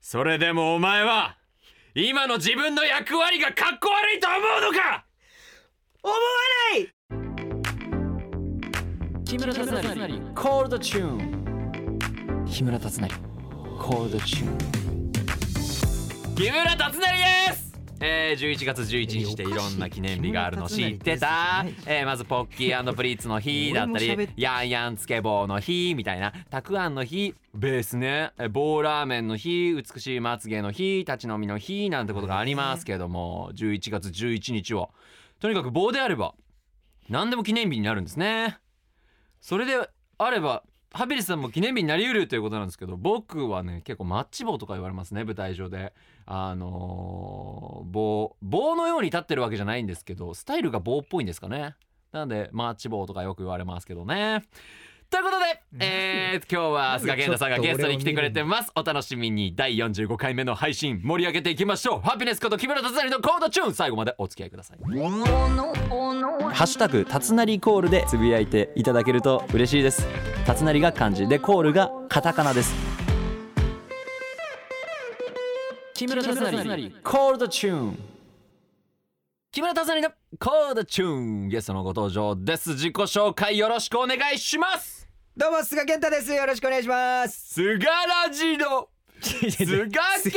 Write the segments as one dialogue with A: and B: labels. A: それでもお前は今の自分の役割がかっこ悪いと思うのか
B: 思わない
C: 木村達成コールドチューン木村達成コールドチューン
A: 木村達成ですえー、11月11日っていろんな記念日があるの知ってた、えー、まずポッキープリーツの日だった
B: 俺も喋っ
A: りヤンヤンつけ棒の日みたいなたくあんの日ベースねえー棒ラーメンの日美しいまつげの日立ち飲みの日なんてことがありますけども11月11日はとにかく棒であれば何でも記念日になるんですねそれであればハビリさんも記念日になりうるということなんですけど僕はね結構マッチ棒とか言われますね舞台上であのー棒棒のように立ってるわけじゃないんですけどスタイルが棒っぽいんですかねなのでマッチ棒とかよく言われますけどねということで、えー、今日は菅健太さんがゲストに来てくれてますお楽しみに第45回目の配信盛り上げていきましょうハピネスこと木村達成のコードチューン最後までお付き合いください
C: ハッシュタグたつなりコールでつぶやいていただけると嬉しいですたつなりが漢字でコールがカタカナです木村達成コールドチューン
A: 木村達成のコードチューンゲストのご登場です自己紹介よろしくお願いします
B: どうも菅健太ですよろしくお願いします
A: 菅ラジ の菅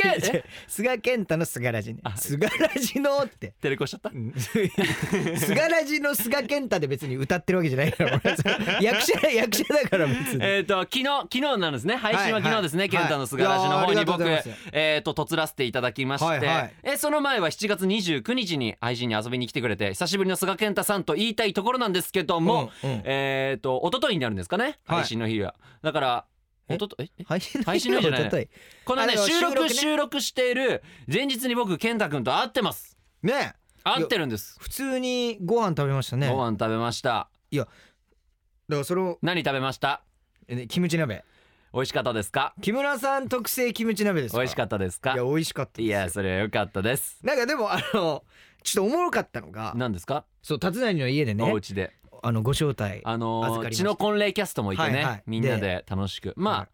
A: 健え
B: 菅健太の菅ラジね
A: あ
B: 菅ラジのって
A: テレコしちゃった
B: 菅ラジの菅健太で別に歌ってるわけじゃないから俺は役者役者だから別に
A: えっと昨日昨日なんですね配信は
B: はい
A: 昨日ですね、
B: はい
A: 健太の菅ラジの
B: は
A: 方
B: いいやー
A: に
B: ありがと
A: 僕
B: うございます
A: えっ、ととつらせていただきまして、
B: はいはい
A: えその前は7月29日に配信に遊びに来てくれて久しぶりの菅健太さんと言いたいところなんですけども、
B: うんうん
A: えっ、と一昨日になるんですかね
B: はい
A: 配信の日は、だから
B: え
A: 一昨日え
B: 配信
A: 配信の日じゃない
B: おととい
A: このね
B: あの
A: 収
B: 収
A: 録
B: 録ね
A: 収録している前日に僕健太君と会ってます
B: ね
A: 会ってるんです
B: 普通にご飯食べましたね
A: ご飯食べました
B: だからそれを
A: 何食べました
B: えねキムチ鍋
A: 美味しかったですか
B: 木村さん特製キムチ鍋ですか
A: 美味しかったですか
B: いや美味しかったです
A: いやそれは良かったです
B: なんかでもあのちょっとおもろかったのが
A: 何ですか
B: そう達成の家で
A: お
B: ね
A: 家で
B: あのご招待
A: あの
B: 預か
A: ー
B: りまし
A: 血
B: た
A: の婚礼キャストもいてね、
B: はいはい
A: みんなで楽しくま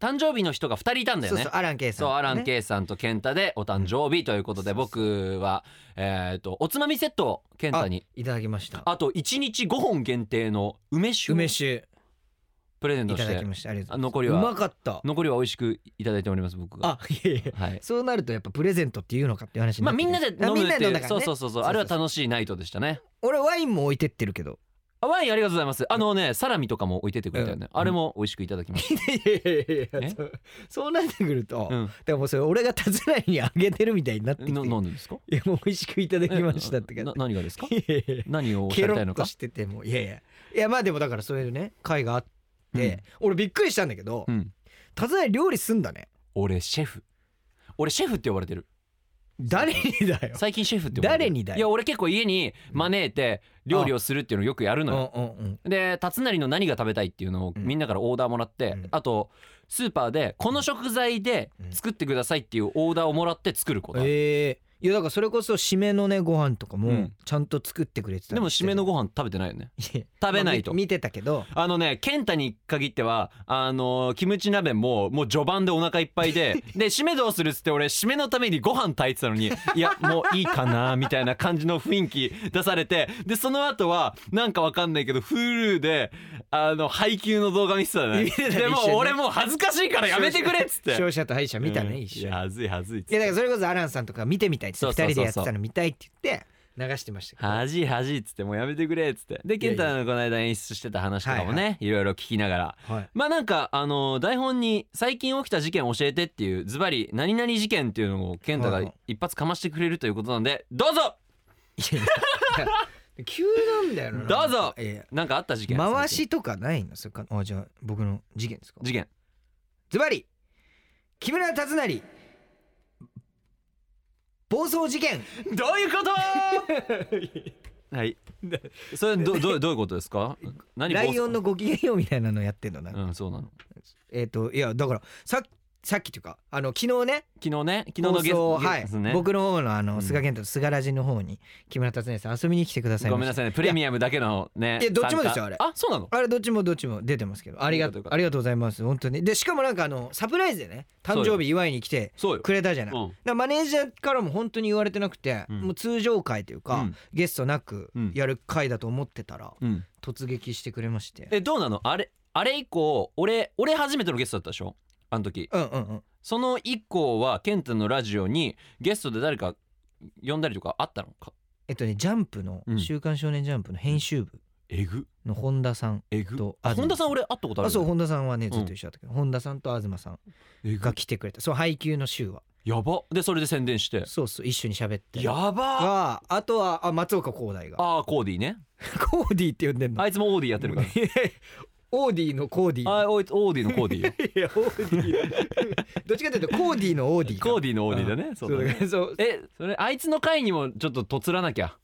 A: あ誕生日の人が2人いたんだよ
B: そう
A: ね
B: そうアランケイさん
A: そうアラン・
B: イ
A: ケイさんと健太でお誕生日ということで僕はえっとおつまみセットを健太に
B: いただきました
A: あと1日5本限定の梅酒を
B: 梅酒
A: プレゼン
B: い
A: ト
B: た
A: し
B: だ
A: て
B: きましたありがとうご
A: あ
B: ざいます
A: 残りは
B: うまかった
A: 残りは美味しくいただいております僕が
B: あいやいや
A: はい
B: そうなるとやっぱプレゼントっていうのかっていう話に
A: まあ
B: なって
A: みんな
B: く
A: で
B: る
A: 飲む
B: あみん
A: っ
B: な
A: て
B: で
A: い
B: 飲ん
A: う
B: だから
A: そう
B: ね
A: そうそうそう
B: そうそうそう
A: あれは楽しいナイトでしたね
B: 俺ワインも置いてってるけど
A: あワインありがとうございますあのねサラミとかも置いてってくれたよね
B: うん
A: あれも美味しく いただきまし
B: いやいやいやい
A: え
B: やそうそうなってくると
A: たうん
B: で ももうそれ俺が達成にあげてるみたいになってきてい
A: の飲んでですか
B: やもう美味しくいただきましたって
A: え
B: 感
A: な
B: じ
A: 何がですか
B: いやいやいや
A: 何をおっし
B: ケ
A: ゃり
B: ロ
A: たい
B: ッ
A: の
B: と
A: か
B: しててもいやいやいやまあでもだからそういうね会があって、俺びっくりしたんだけど
A: うん
B: 達成料理すんだね
A: 俺シェフ俺シェフって呼ばれてる
B: 誰にだよ
A: 最近シェフって呼ばれてる
B: 誰にだよ
A: いや俺結構家に招いて料理をするっていうのをよくやる
B: うん
A: の
B: う
A: よ
B: んうん
A: で辰成の何が食べたいっていうのを
B: うん
A: みんなからオーダーもらって、
B: うん
A: あとスーパーでこの食材で作ってくださいっていうオーダーをもらって作ること、
B: えー、いやだからそれこそ締めのねご飯とか
A: う
B: も
A: ん
B: ちゃんと作ってくれてた
A: でも締めの
B: ご
A: ご飯食べてないよね
B: 食
A: 食べないと、
B: 見てたけど
A: あのね健太に限ってはあのーキムチ鍋ももう序盤でお腹いっぱい でで締めどうするっつって俺締めのためにご飯炊いてたのにいやもういいかなみたいな感じの雰囲気出されてでその後はなんかわかんないけど Hulu であの配給の動画見てたね
B: 見てた
A: で
B: 一
A: も
B: 緒にね
A: 俺もう恥ずかしいからやめてくれっつって
B: 勝者と敗者見たね、
A: うん
B: 一緒
A: い
B: に
A: や恥ずい恥ずいっつっ
B: いやだ
A: て
B: からそれこそアランさんとか見てみたいっつって
A: そう
B: 二
A: そう
B: 人で
A: そう
B: や
A: そう
B: ってたの見たいって言って流してましたけど
A: 恥じい恥じいっつってもうやめてくれっつってで健太のこの間演出してた話とかもね、
B: はい
A: ろいろ聞きながら
B: はい
A: まあなんかあの台本に最近起きた事件教えてっていうズバリ何々事件っていうのを健太が
B: はいはい
A: 一発かましてくれるということなんでどうぞ
B: いやいやいや急なんだよな
A: どうぞ
B: いやいや
A: なんかあった事件
B: 回
A: 最近
B: しとかないのそれかあじゃあ僕の事件ですか
A: 事件
B: ズバリ木村達成暴走事件
A: どういうこと はいそれどどどういうことですか何
B: ライオンのご機嫌ようみたいなのやってんのな、
A: うんそうなの
B: えっ、といやだからさっさっきというかあの昨日ね
A: 昨日ね昨日の
B: 放
A: ゲス
B: 送
A: ト
B: をはい
A: ですね
B: 僕の方のあの
A: ん
B: 菅健太と菅ラジの方に木村達也さん遊びに来てくださいました
A: ごめんなさいねプレミアムだけのね
B: いやどっちもですよ
A: 参加あそうなの
B: あれどっちもどっちも出てますけどありがと
A: よ
B: う
A: かったよかった
B: ありがとうございます本当にでしかもなんかあのサプライズでね誕生日祝いに来て
A: そうよ
B: くれたじゃない、
A: うん
B: だからマネージャーからも本当に言われてなくて、
A: うん
B: もう通常回というか、
A: うん
B: ゲストなく
A: うん
B: やる回だと思ってたら、
A: うん
B: 突撃してくれまして
A: えどうなのあれあれ以降俺俺初めてのゲストだったでしょあの時
B: うんうんうん
A: その以降はケントのラジオにゲストで誰か呼んだりとかあったのか
B: えっとねジャンプの
A: うん
B: 「週刊少年ジャンプ」の編集部
A: えぐ
B: の本田さん
A: えぐ
B: と
A: あ
B: 東
A: 本田さん俺会ったことある
B: あ
A: よ
B: そう本田さんはね
A: ん
B: ずっと一緒だったけど、本田さんと東さん
A: えぐ
B: が来てくれたそう配給の週は
A: やばでそれで宣伝して
B: そうそう一緒に喋って
A: やば
B: があとはあ松岡広大が
A: あーコーディね
B: コーディって呼んでんの。
A: あいつもオーディやってるから
B: いやいやオーディのコーディ。
A: あーおいオーディのコーディよ
B: いやオーディ。 どっちかというとコーディのオーディか。
A: コーディのオーディだね
B: そ
A: そうだ
B: うだ
A: ね
B: ね。そう。
A: えそれあいつの回にもちょっととつらなきゃ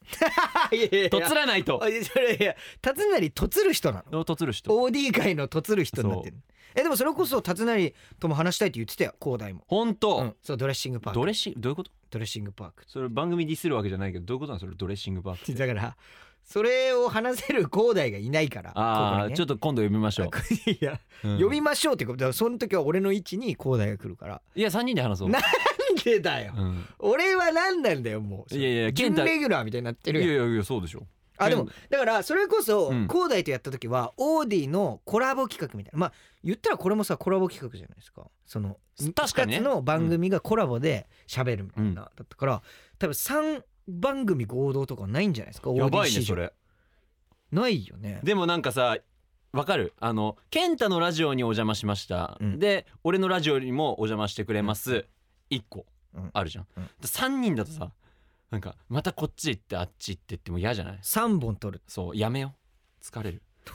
B: いやいやいや
A: とつらないと
B: あいやそれいや、辰成とつる人なの。
A: とつる人
B: オーディ界のとつる人になってる。えでもそれこそ辰成とも話したいって言ってたよ広大も。
A: 本
B: う
A: 当
B: ん。そうドレッシングパー
A: ド
B: ク。
A: レッシングどういうこと
B: ドレッシングパーク。
A: それ番組ディスるわけじゃないけどどういうことなのそれドレッシングバーって
B: だからそれを話せる広大がいないから。
A: ああちょっ
B: っ
A: と今度読みましょう
B: と。いや
A: うん
B: 呼びましょうっていうことだからその時は俺の位置に広大が来るから。
A: いや3人で話そう
B: ななんでだよ。
A: うん
B: 俺は何なんだよもう
A: いやいや健
B: 準
A: 太
B: レギュラーみたいになって
A: い
B: る
A: や
B: やん
A: いやいやそうでしょ
B: あでもだからそれこそ
A: うん
B: 広大とやった時はオーディのコラボ企画みたいなまあ言ったらこれもさコラボ企画じゃないですかその
A: 確かにね
B: 2つの番組がコラボで喋るみたいなだったから多分3番組合同とかないんじゃないですか
A: や
B: OD
A: ばいね
B: 史上
A: それ
B: ないよね
A: でもなんかさわかるあの健太のラジオにお邪魔しました、
B: うん
A: で俺のラジオにもお邪魔してくれます1個
B: うん
A: あるじゃん、
B: うん
A: で3人だとさなんかまたこっち行ってあっち行ってっても嫌じゃない
B: 3本撮る
A: そうやめよう疲れる
B: と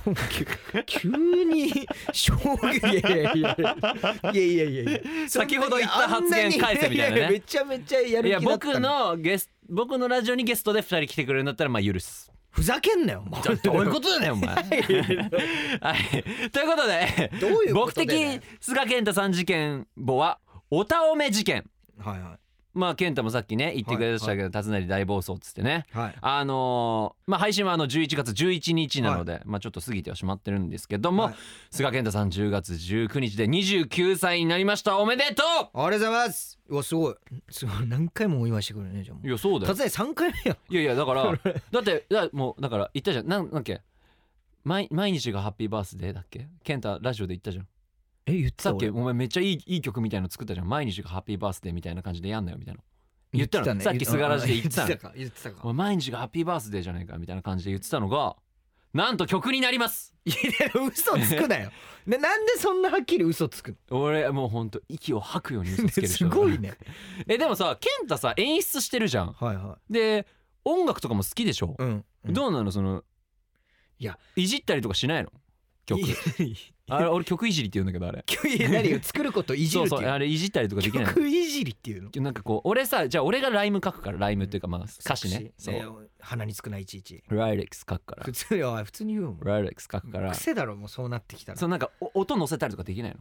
B: 急に衝撃いやいやいやいやいやいやいや
A: 先ほど言った発言返せみたいなね
B: あんにややめちゃめちゃや
A: い
B: る
A: や
B: 気だった
A: 僕のゲス僕のラジオにゲストで2人来てくれるんだったらまあ許 す
B: ふざけんなよお前
A: どどういうことだよお前 はいということで
B: どういうこ
A: 僕
B: とで
A: 的菅健太さん事件簿はおたおめ事件
B: はいは
A: まあ健太もさっきね言ってくれましたけど、辰成大暴走っつってね
B: いはい
A: あのーまあ配信はあの11月11日なので、まあちょっと過ぎてはしまってるんですけども、
B: はい
A: 菅健太さん10月19日で29歳になりましたおめでと
B: ありがとうございますうわすごいすごい何回もお祝いしてくれるねじゃあも
A: ういやそう
B: う
A: だよ
B: 達也3回目よ
A: いやいやだから だってだもうだから言ったじゃんなんなんだっけ毎毎日がハッピーバースデーだっけ健太ラジオで言ったじゃん
B: え言って
A: さ
B: た
A: っき
B: 俺
A: お前めっちゃいいいい曲みたいの作ったじゃん毎日がハッピーバースデーみたいな感じでやんなよみたいな言ったの
B: ね
A: さっき菅原氏で言ってたの
B: 言ってたか言ってたか
A: お前毎日がハッピーバースデーじゃないかみたいな感じで言ってたのがなんと曲になります
B: いや嘘つくな よななんでそんなはっきり嘘つくの
A: 俺もうほんと息を吐くように嘘つける人
B: す
A: だ
B: ご いね
A: えでもさ健太さ演出してるじゃん
B: はいは
A: で音楽とかも好きでしょ
B: い、うん
A: どうなのその
B: いや
A: いじったりとかしないの曲
B: いや
A: あれ俺曲いじりって言うんだけどあれ
B: 今日何よ作ることいじる
A: そ
B: っ
A: うそうう
B: てい
A: あれいじったりとかできない
B: 曲いじりっていうの
A: のなんかこう俺さじゃあ俺がライム書くからライムっていうかまあ歌詞ね
B: 作詞
A: そう
B: 鼻につくないちいち
A: ライレックス書くから
B: 普通よ普通に言うもん
A: ライレックス書くから
B: 癖だろもうそうなってきたら
A: そうなんかお音乗せたりとかできないの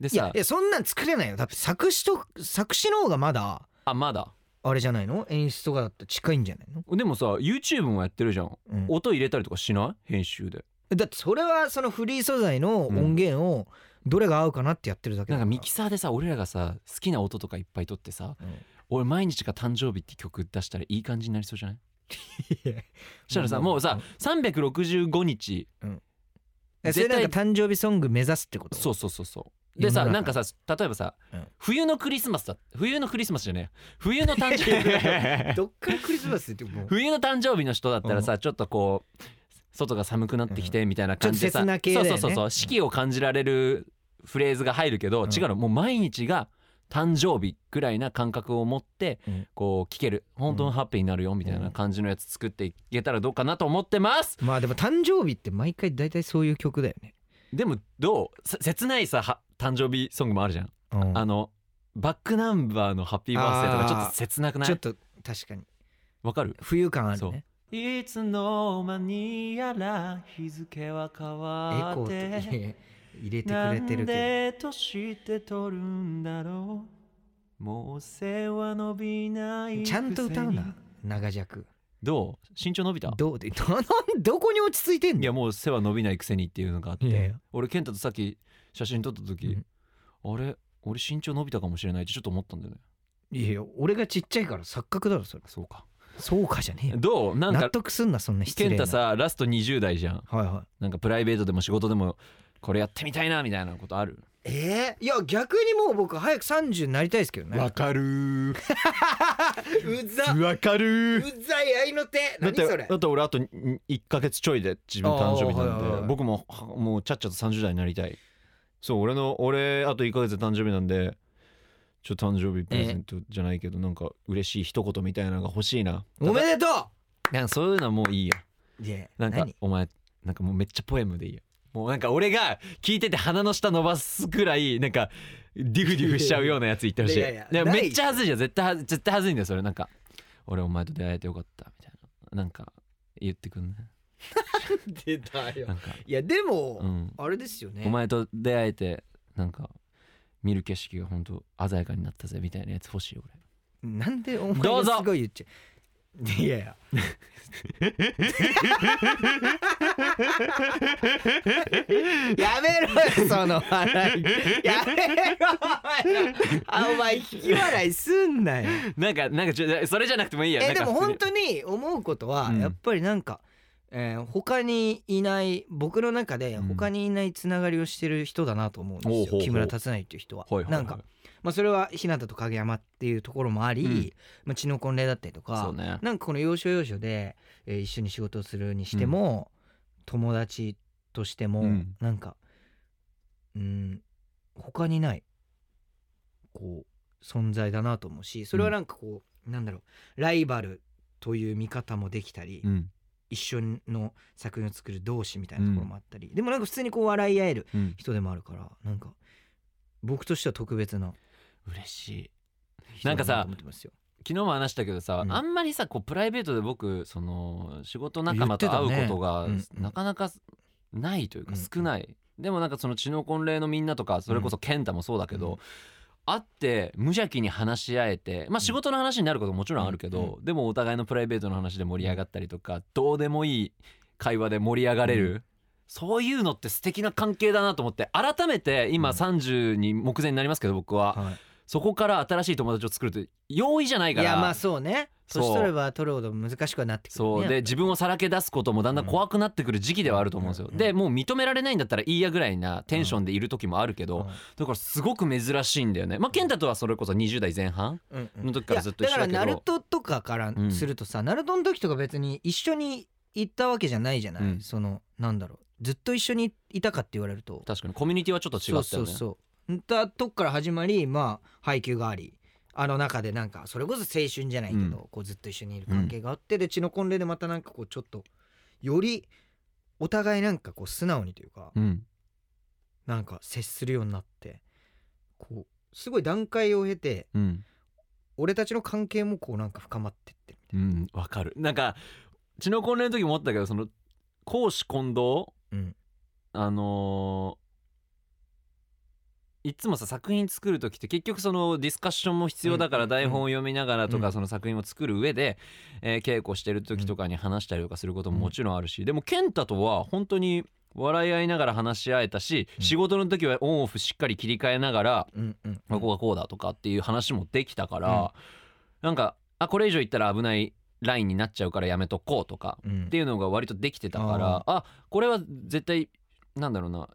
A: で
B: いや
A: さ
B: いやそんなん作れないよだって作詞と作詞の方がまだ
A: あまだ
B: あれじゃないの演出とかだったら近いんじゃないの、
A: でもさ YouTube もやってるじゃん
B: うん
A: 音入れたりとかしない編集で
B: だってそれはそのフリー素材の音源をどれが合うかなってやってるだけ
A: な
B: だ
A: んか
B: か
A: らミキサーでさ俺らがさ好きな音とかいっぱい撮ってさ
B: うん
A: 俺毎日が誕生日って曲出したらいい感じになりそうじゃない
B: いや
A: そしたらさ
B: まあまあ
A: もうさ365日
B: えそれなん
A: 絶
B: か誕生日ソング目指すってこと
A: そううそうそうそうでさ
B: 世の
A: なん
B: 中
A: かさ例えばさ
B: うん
A: 冬のクリスマスだ冬のクリスマスじゃねえや冬の誕生日
B: どっからクリスマスってもう
A: 冬の誕生日の人だったらさちょっとこう外が寒くなってきてみたいな感じでさ
B: ちょっと切な系だよね
A: そうそうそうそう四季を感じられるフレーズが入るけど
B: うん
A: 違うのもう毎日が誕生日ぐらいな感覚を持って
B: うん
A: こう聞ける本当のハッピーになるよみたいな感じのやつ作っていけたらどうかなと思ってます
B: まあでも誕生日って毎回大体そういう曲だよね、
A: でもどうせ切ないさは誕生日ソングもあるじゃん
B: うん
A: あのバックナンバーのハッピーバースデーとかちょっと切なくな
B: ちょっ
A: い
B: と確かに
A: わかる
B: 冬感あるね
A: いつの間にやら日付は変
B: エ
A: わ
B: コ
A: っ
B: ーといや
A: て
B: いや入れてくれてるけ
A: で年って取るんだろうもう背は伸びな
B: ど
A: い
B: ちゃんと歌うな長尺
A: どう身長伸びた
B: どうで どどこに落ち着いてん
A: い
B: の
A: やもう背は伸びないくせにっていうのがあって
B: いやいや
A: 俺健太とさっき写真撮った時、あれ俺身長伸びたかもしれないってちょっと思ったんだよね
B: いやいや俺がちっちゃいから錯覚だろそれ
A: そうか
B: そうかじゃねえよ
A: どうなん
B: 納
A: か
B: 得すんなそんな失
A: 健
B: 礼な
A: 太さラスト20代じゃん
B: はいはい
A: なんかプライベートでも仕事でもこれやってみたいなみたいなことある
B: えー、いや逆にもう僕早く30になりたいですけど ね
A: かる
B: うざう
A: わかる
B: ざい愛の手
A: だっ
B: 何
A: て
B: それ
A: だって俺あと1ヶ月ちょいで自分誕生日な
B: あーはいは
A: ん
B: いはい
A: で僕もはもうちゃっちゃと30代になりたいそう俺の俺あと1ヶ月で誕生日なんでちょっと誕生日プレゼントじゃないけどなんか嬉しい一言みたいなのが欲しいな
B: おめでと
A: なんかそういうのはもういいや
B: ういや
A: なんか
B: 何
A: お前なんかもうめっちゃポエムでいいよもうなんか俺が聞いてて鼻の下伸ばすくらいなんかディフディフしちゃうようなやつ言ってほしい
B: いやいや
A: ね
B: ない
A: めっちゃ恥ずいじゃん絶対はず絶対恥ずいんだよそれなんか俺お前と出会えてよかったみたいななんか言ってくんね
B: 出たよ
A: なんか
B: いやでも、
A: うん
B: あれですよね
A: お前と出会えてなんか見る景色が本当鮮やかになったぜみたいなやつ欲しい俺
B: なんでお前
A: どうぞ
B: がすごい言っちゃういやい ややめろよその笑いやめろよあお前引き笑いすんなよ
A: なんかなんかちょそれじゃなくてもいいや
B: え
A: なんか
B: で
A: 普
B: も
A: 通に
B: 本当に思うことは
A: うん
B: やっぱりなんか、えー他にいない僕の中で
A: うん
B: 他にいないつながりをしてる人だなと思うんですよ、
A: ほうほうほう
B: 木村達成っていう人は。
A: はいはいはい
B: なんか、まあ、それは日向と影山っていうところもあり、
A: うん
B: まあ、血の婚礼だったりと
A: そ
B: か
A: う、ね
B: なんかこの要所要所で、えー一緒に仕事をするにしても、友達としても、
A: うん
B: なんかうん他にないこう存在だなと思うしそれはなんかこう、なんだろうライバルという見方もできたり、
A: うん
B: 一緒の作品を作る同士みたいなところもあったり、でもなんか普通にこう笑い合える
A: うん
B: 人でもあるからなんか僕としては特別な
A: 嬉しい
B: 人
A: な
B: だ
A: んかさ
B: と思ってますよ
A: 昨日も話したけどさ、
B: うん
A: あんまりさこうプライベートで僕その仕事仲間と会うことが、
B: 言ってたねうん
A: なかなかないというか
B: うん
A: 少ない、でもなんかその知能婚礼のみんなとかそれこそ健太もそうだけど、
B: うん
A: 会って無邪気に話し合えてまあ仕事の話になることももちろんあるけど、でもお互いのプライベートの話で盛り上がったりとかどうでもいい会話で盛り上がれる、そういうのって素敵な関係だなと思って改めて今
B: うん
A: 30に目前になりますけど僕は、
B: はい
A: そこから新しい友達を作るって容易じゃない
B: い
A: から。
B: やまあそうね
A: そう
B: 年取れば取るほど難しくはなってくる、ね、
A: そうで自分をさらけ出すこともだんだん怖くなってくる時期ではあると思うんですよ。
B: うん
A: でもう認められないんだったらいいやぐらいなテンションでいる時もあるけどだからすごく珍しいんだよね。まあ健太とはそれこそ20代前半
B: うんうん
A: の時からずっと一緒だけど
B: いやだからナルトとかからするとさ、ナルトの時とか別に一緒に行ったわけじゃないじゃない、
A: うん
B: そのなんだろうずっと一緒にいたかって言われると
A: 確かにコミュニティはちょっと違
B: そう
A: った
B: そ
A: よ
B: う
A: ね。
B: そうんだとこから始まりまあ配給がありあの中でなんかそれこそ青春じゃないけど、
A: うん
B: こうずっと一緒にいる関係があって、で血の婚礼でまたなんかこうちょっとよりお互いなんかこう素直にというか、
A: うん
B: なんか接するようになってこうすごい段階を経て
A: うん
B: 俺たちの関係もこうなんか深まってってる
A: うんわかる。なんか血の婚礼の時も思ったけどその公私混同
B: みたいな。
A: あのーいつもさ作品作る時って結局そのディスカッションも必要だか
B: う
A: ら
B: んうんうん
A: 台本を読みながらと
B: う
A: か
B: ん
A: その作品を作る上で、えー稽古してる時とかに話したりとかすることももちろんあるしでも健太とは本当に笑い合いながら話し合えたし
B: うん
A: 仕事の時はオンオフしっかり切り替えながら
B: うんうん
A: まあここがこうだとかっていう話もできたからなんかあこれ以上言ったら危ないラインになっちゃうからやめとこうとか
B: うん
A: っていうのが割とできてたからあこれは絶対なんだろうな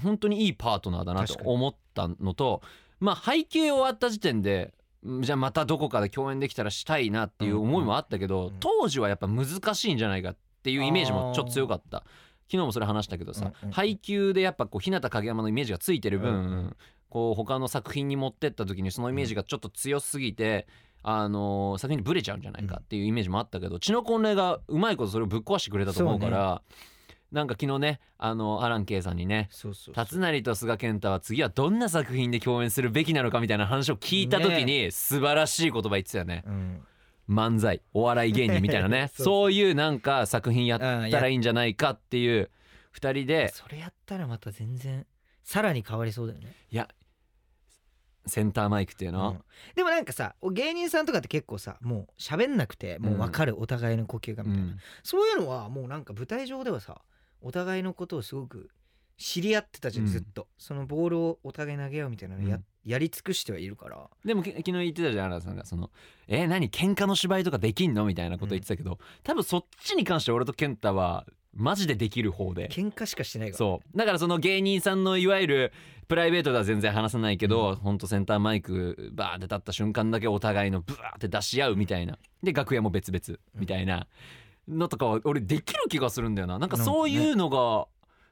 A: 本当にいいパートナーだなと
B: 確かに
A: 思ったのとまあ配給終わった時点でんじゃあまたどこかで共演できたらしたいなっていう思いもあったけど、
B: うん
A: 当時はやっぱ難しいんじゃないかっていうイメージもちょっと強かった。昨日もそれ話したけどさ、
B: うんうん
A: 配給でやっぱこう日向影山のイメージがついてる分、
B: うんう
A: こう他の作品に持ってった時にそのイメージがちょっと強すぎて、あのー作品にブレちゃうんじゃないかっていうイメージもあったけど血の婚礼がうまいことそれをぶっ壊してくれたと思うからなんか昨日ねあのアラン K さんにね
B: そうそうそう
A: 辰成と菅健太は次はどんな作品で共演するべきなのかみたいな話を聞いた時に素晴らしい言葉言ってたよね
B: うん
A: 漫才お笑い芸人みたいなね
B: そう
A: そういうなんか作品やったらいいんじゃないかっていう2人で
B: それやったらまた全然さらに変わりそうだよね、
A: いやセンターマイクっていうの、
B: うんでもなんかさ芸人さんとかって結構さもう喋んなくてもう分かるお互いの呼吸がみたいな、
A: うん
B: そういうのはもうなんか舞台上ではさお互いのことをすごく知り合ってたじゃん、
A: うん
B: ずっとそのボールをお互い投げようみたいなのや,、
A: うん
B: やり尽くしてはいるから
A: でもけ昨日言ってたじゃん原田さんがその「え何喧嘩の芝居とかできんの?」みたいなこと言ってたけど、多分そっちに関して俺と健太はマジでできる方で
B: 喧嘩しかしてないから
A: そうだからその芸人さんのいわゆるプライベートでは全然話さないけど、ほんとセンターマイクバーって立った瞬間だけお互いのブワーって出し合うみたいなで楽屋も別々みたいなのとかは俺できる気がするんだよななんかそういうのが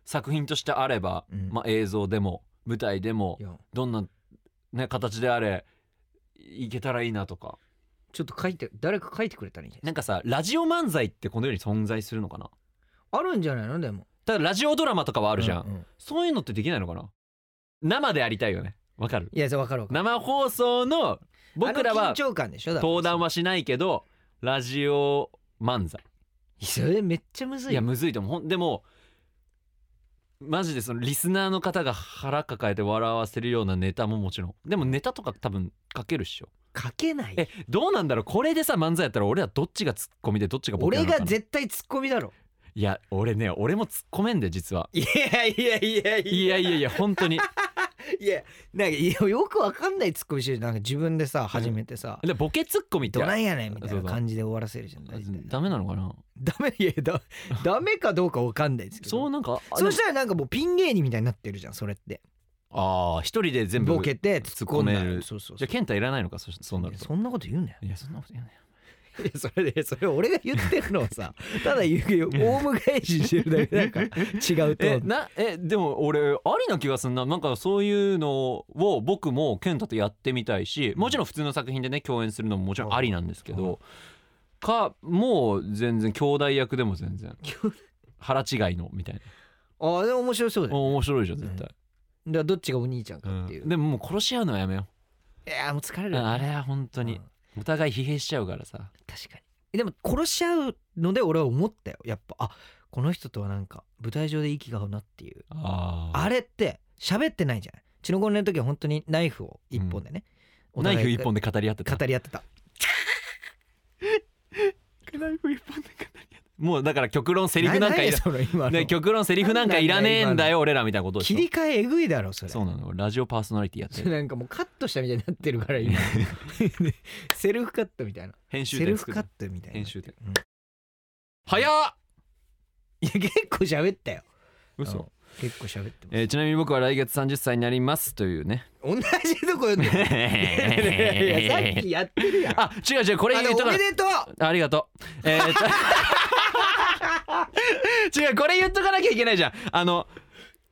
A: 作品としてあれば、
B: うん
A: まあ、映像でも舞台でも
B: いや
A: どんな、ね、形であれいけたらいいなとか
B: ちょっと書いて誰か書いてくれたらいいんじゃな
A: な
B: い
A: んかさラジオ漫才ってこの世に存在するのかな
B: あるんじゃないのでも
A: ただラジオドラマとかはあ
B: あ
A: るじゃん、
B: うんうん
A: そういうのってできないのかな生でやりたいよねわかる
B: いや分かる分かる
A: 生放送の僕ら
B: あの緊
A: は
B: 張感でしょだから
A: 登壇はしないけどラジオ漫才
B: それめっちゃむずい
A: いや
B: よ
A: むずいと思うほんでもマジでそのリスナーの方が腹抱えて笑わせるようなネタももちろんでもネタとか多分書けるっしょ
B: 書けない
A: えどうなんだろうこれでさ漫才やったら俺はどっちがツッコミでどっちがボケな
B: 俺
A: のかな
B: が絶対ツッコミだろ
A: いや俺ね俺もツッコめんで実はい
B: やいやいやい
A: いやいやいや本 当に
B: いやなんかいやよくわかんないツッコミしてるなんか自分でさ始めてさ
A: でボケツッコミって
B: どないやねんみたい
A: そう
B: な
A: そう
B: 感じで終わらせるじゃん大体
A: ダメなのかな
B: ダメいや だダメかどうかわかんないですけど
A: そうなんかあ
B: そしたらなんかもうピン芸人みたいになってるじゃんそれって
A: ああ一人で全部
B: ボケて突っ込んだ
A: 突っ込め
B: ら
A: る
B: そうそう
A: じ
B: そ
A: ゃあ健太いらないのかそそうな
B: う
A: ると
B: そんなこと言うなよ
A: いやそんなこと言うね
B: いやそれでそれ俺が言ってるのを さただ言うけどオウム返ししてるだけだから 違うと
A: えなえでも俺ありな気がすんななんかそういうのを僕も健太とやってみたいしもちろん普通の作品でね共演するのももちろんありなんですけどかもう全然兄弟役でも全然腹違いのみたいな
B: ああでも面白そうだよ
A: 面白いじゃん絶対、
B: だからどっちがお兄ちゃんかっていう、
A: うんでももう殺し合うのはやめよ
B: いやーもう疲れ
A: う、
B: るよ
A: あれは本当に
B: うん
A: お互い疲弊しちゃうからさ
B: 確かにでも殺し合うので俺は思ったよやっぱあこの人とはなんか舞台上で息が合うなっていう
A: あ
B: あれって喋ってないじゃない血の五年の時は本当にナイフを一本でね、お
A: ナ
B: 互
A: イ
B: い
A: フ一本で語り合ってた
B: 語り合ってた
A: ナイフ一本で語り合ってもうだから極論セリフなんかいら
B: な何やその今の
A: ね極論セリフなんかいらねえんだよ俺らみたいなことでし
B: 切
A: ょ
B: り替ええぐいだろそれ
A: そうなのラジオパーソナリティやって
B: それ
A: る
B: なんかもうカットしたみたいになってるから 今セルフカットみたいな
A: 編集
B: セル
A: 点
B: フ
A: 作
B: カ
A: る
B: ットみたいな
A: 編集点
B: うん
A: 早っ
B: いや結構喋ったよう
A: 嘘
B: ん結構喋ってます、
A: えーちなみに僕は来月30歳になりますという ね
B: 同じとこ読んでるいやいやさっきやってるやん
A: あ違う違うこれ
B: あ
A: 言
B: の
A: った
B: お
A: か
B: めでとう
A: らありがとうえーと 違うこれ言っとかなきゃいけないじゃんあの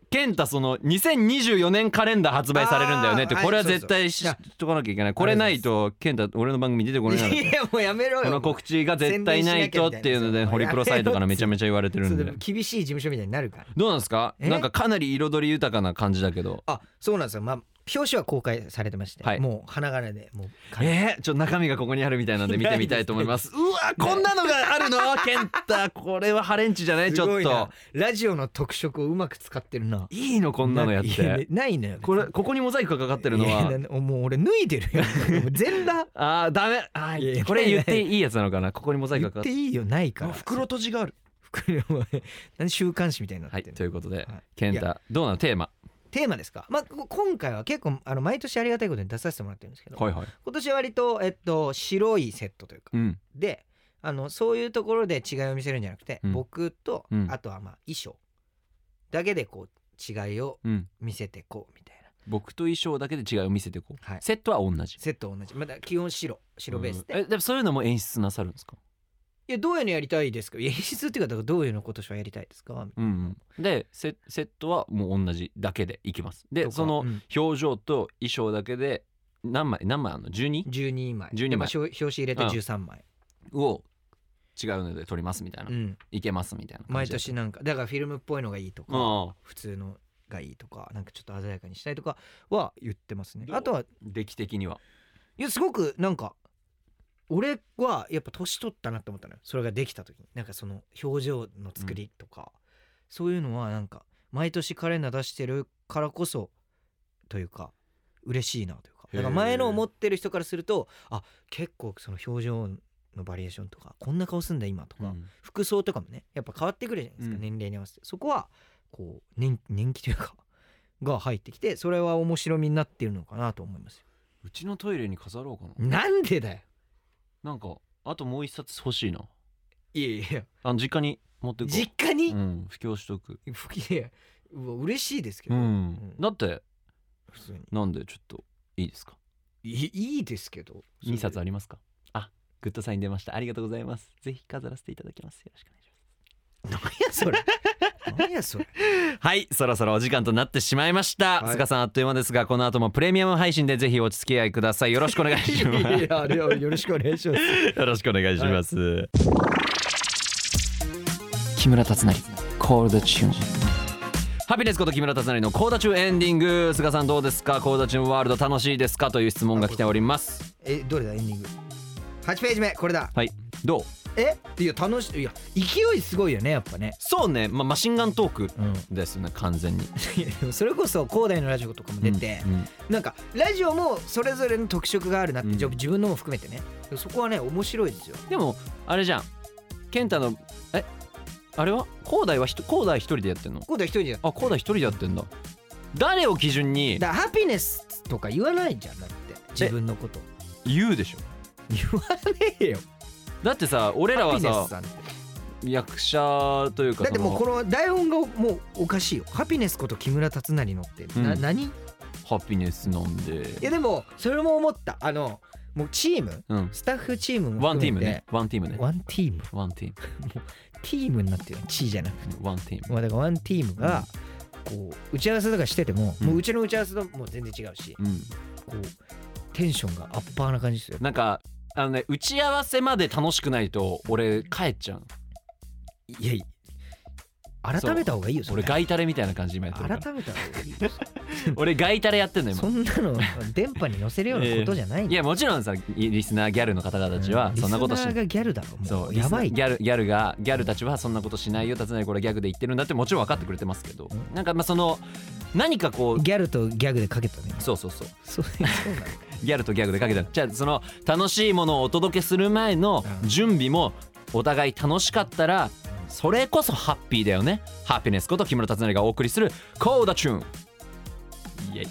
A: 健太その2024年カレンダー発売されるんだよねって
B: あー
A: これは
B: はい
A: 絶対
B: そう
A: 知
B: そう
A: っとかなきゃいけないこれないと健太俺の番組出てこれない
B: いやもうやめろ よ
A: この告知が絶対ないとっていうので
B: 宣伝しなきゃみたいな
A: ホリプロサイトからめちゃめちゃ言われてるん
B: そ
A: で
B: うでも厳しい事務所みたいになるから
A: どうなんですか
B: え
A: なんかかなり彩り豊かな感じだけど
B: あそうなんですよまあ表紙は公開されてまして、
A: はい
B: もう花柄でもう
A: えー、ちょっと中身がここにあるみたいなんで見てみたいと思い ますうわこんなのがあるのケンタこれはハレンチじゃないち
B: す
A: ょ
B: ご
A: っ
B: いな
A: と
B: ラジオの特色をうまく使ってるない
A: いのこんなのやっ
B: いやね
A: て
B: ないのよ
A: これここにモザイクがかかってるの
B: いや
A: は
B: なもう俺脱い でるよもう全裸
A: あーダメあ
B: いやい
A: ー
B: や
A: これ言っていいやつなのかなここにモザイク
B: 言っ
A: がかかって
B: て
A: る
B: いいよないから
A: 閉じがある
B: 袋は何週刊誌みたいになって
A: はい
B: る、
A: ということで
B: はい
A: ケン
B: い
A: タどうなのテーマ
B: テーマですか、まあ、こ今回は結構あの毎年ありがたいことに出させてもらってるんですけど、
A: はいはい
B: 今年は割と、えっと、白いセットというか
A: うん
B: であのそういうところで違いを見せるんじゃなくて、
A: うん
B: 僕と、
A: うん
B: あとはまあ衣装だけでこう違いを
A: うん
B: 見せてこうみたいな
A: 僕と衣装だけで違いを見せていこう、
B: はい
A: セットは同じ
B: セットは同じまだ基本白白ベースで、
A: うんえでもそういうのも演出なさるんですか
B: いやどういうのやりたいですかいや演出っていうかだからどういうの今年はやりたいですかみたい
A: うんうん、でセセットはもう同じだけでいきます
B: な
A: で
B: とか
A: その
B: うん
A: 表情と衣装だけで何枚何枚あんの 12?
B: 12枚
A: 12枚
B: でまあ表表紙入れて
A: うん
B: 13枚、
A: を違うので撮りますみたいな、
B: うん
A: いけますみたいな感
B: 毎
A: じだと
B: 年なんかだからフィルムっぽいのがいいとか、
A: ああ
B: 普通のがいいとかなんかちょっと鮮やかにしたいとかは言ってますね
A: どう
B: あとは
A: 出来的にはい
B: やすごくなんか俺はやっぱ年取ったなって思ったのよそれができた時になんかその表情の作りとか、そういうのはなんか毎年カレンダー出してるからこそというか嬉しいなというか
A: へー
B: だから前のを持ってる人からするとあ結構その表情のバリエーションとかこんな顔すんだ今とか、
A: うん
B: 服装とかもねやっぱ変わってくるじゃないですか、
A: うん
B: 年齢に合わせてそこはこう年年季というか が入ってきてそれは面白みになっているのかなと思いますよ
A: うちのトイレに飾ろうかな
B: なんでだよ
A: なんかあともう一冊欲しいない
B: やいや
A: あの実家に持ってこう
B: 実家に、
A: うん布教しとく
B: いやうわ嬉しいですけ
A: う
B: ど、
A: ん
B: うん
A: だって
B: 普通に
A: なんでちょっといいですか
B: いいいですけど
A: 2冊あ
B: り
A: りますかあグッドサイン出ましたありがとうございますぜひ飾らせていただきますよろしくお願いします
B: 何やそれ何やそれ
A: はいそろそろお時間となってしまいました、
B: はい
A: 塚さんあっという間ですがこの後もプレミアム配信でぜひお付き合いくださいよろしく お願いし ます
B: いやあれはよろしくお願いします
A: よろしくお願いします、
C: 木村達成コールドチューン
A: ハピネスこと木村達成のコーダチュエンディング菅さんどうですかコーダチュワールド楽しいですかという質問が来ております
B: えどれだエンディング8ページ目これだ
A: はいどう
B: えいや楽しいいや勢いすごいよねやっぱね
A: そうね、まあ、マシンガントーク
B: うん
A: ですね完全に
B: いやでもそれこそ広大のラジオとかも出て、
A: うんうん
B: なんかラジオもそれぞれの特色があるなって、
A: うん
B: 自分のも含めてねそこはね面白いですよ
A: でもあれじゃん健太のえあれは広大はひと広大一人でやってんの
B: 今度は一人でやっ
A: あ広大一人でやってんだ誰を基準に
B: だからハピネスとか言わないじゃんだって自分のこと
A: 言うでしょ
B: 言わねえよ
A: だってさ俺ら
B: ハ
A: は
B: ピネ
A: さ
B: スさんって
A: 役者というか
B: だって
A: その
B: もうこの台本がもうおかしいよハピネスこと木村達成のって、な
A: うん
B: 何い
A: ハピネスなんで
B: やでもそれも思ったあのもうチーム
A: うん
B: スタッフチームも
A: ワンティー
B: 含
A: ム
B: めて
A: ねワンティームね
B: ワンチーム
A: ワンティー
B: チームになってるのチーじゃなくて、
A: ムワンティーム
B: まあ、だからワンチームがこう打ち合わせとかしてても、
A: うん
B: もううちの打ち合わせともう全然違うし、
A: うん
B: こうテンションがアッパーな感じですよ
A: なんかあのね打ち合わせまで楽しくないと俺帰っちゃうの
B: いやいや改めた方がいいよそ
A: 俺
B: れ
A: ガイタレみたいな感じ今やってる
B: 改
A: か
B: め
A: ら
B: た方がいいよ
A: 俺ガイタレやってんの今
B: そんなの電波に乗せるようなことじゃないん
A: い
B: だ
A: や
B: よ
A: もちろんさリリスナーギャルの方々たち
B: う
A: は
B: ん
A: そんなことし
B: リスナーがギャルだろもう
A: そうリス
B: やばい
A: ギャルギャルがギャルたちはそんなことしないよ立つないこれギャグで言ってるんだってもちろん分かってくれてますけど
B: う
A: なんかまあその何かこう
B: ギャルとギャグでかけたね
A: そうそうそう
B: そうそうなの
A: ギャルとギャグでかけたじゃあその楽しいものをお届けする前の
B: うん
A: 準備もお互い楽しかったらそれこそハッピーだよねハピネスこと木村達成がお送りするコーダチューンイエイ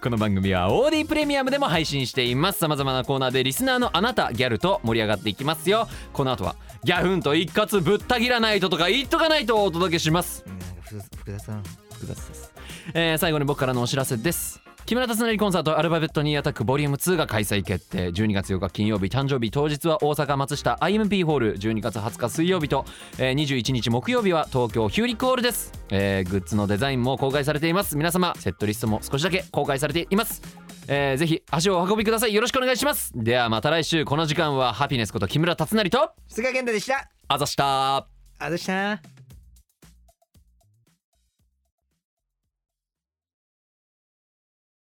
A: この番組は OD プレミアムでも配信していますさまざまなコーナーでリスナーのあなたギャルと盛り上がっていきますよこの後はギャフンと一括ぶった切らないととか言っとかないとお届けします
B: うんなんか複雑複雑なの
A: 複雑です、えー最後に僕からのお知らせです木村達成コンサートアルファベットニーアタックボリューム2が開催決定12月4日金曜日誕生日当日は大阪松下 IMP ホール12月20日水曜日と、えー21日木曜日は東京ヒューリックホールです、えーグッズのデザインも公開されています皆様セットリストも少しだけ公開されていますえーぜひ足をお運びくださいよろしくお願いしますではまた来週この時間はハピネスこと木村達成と
B: 菅健太でした
A: あざした
B: あどうした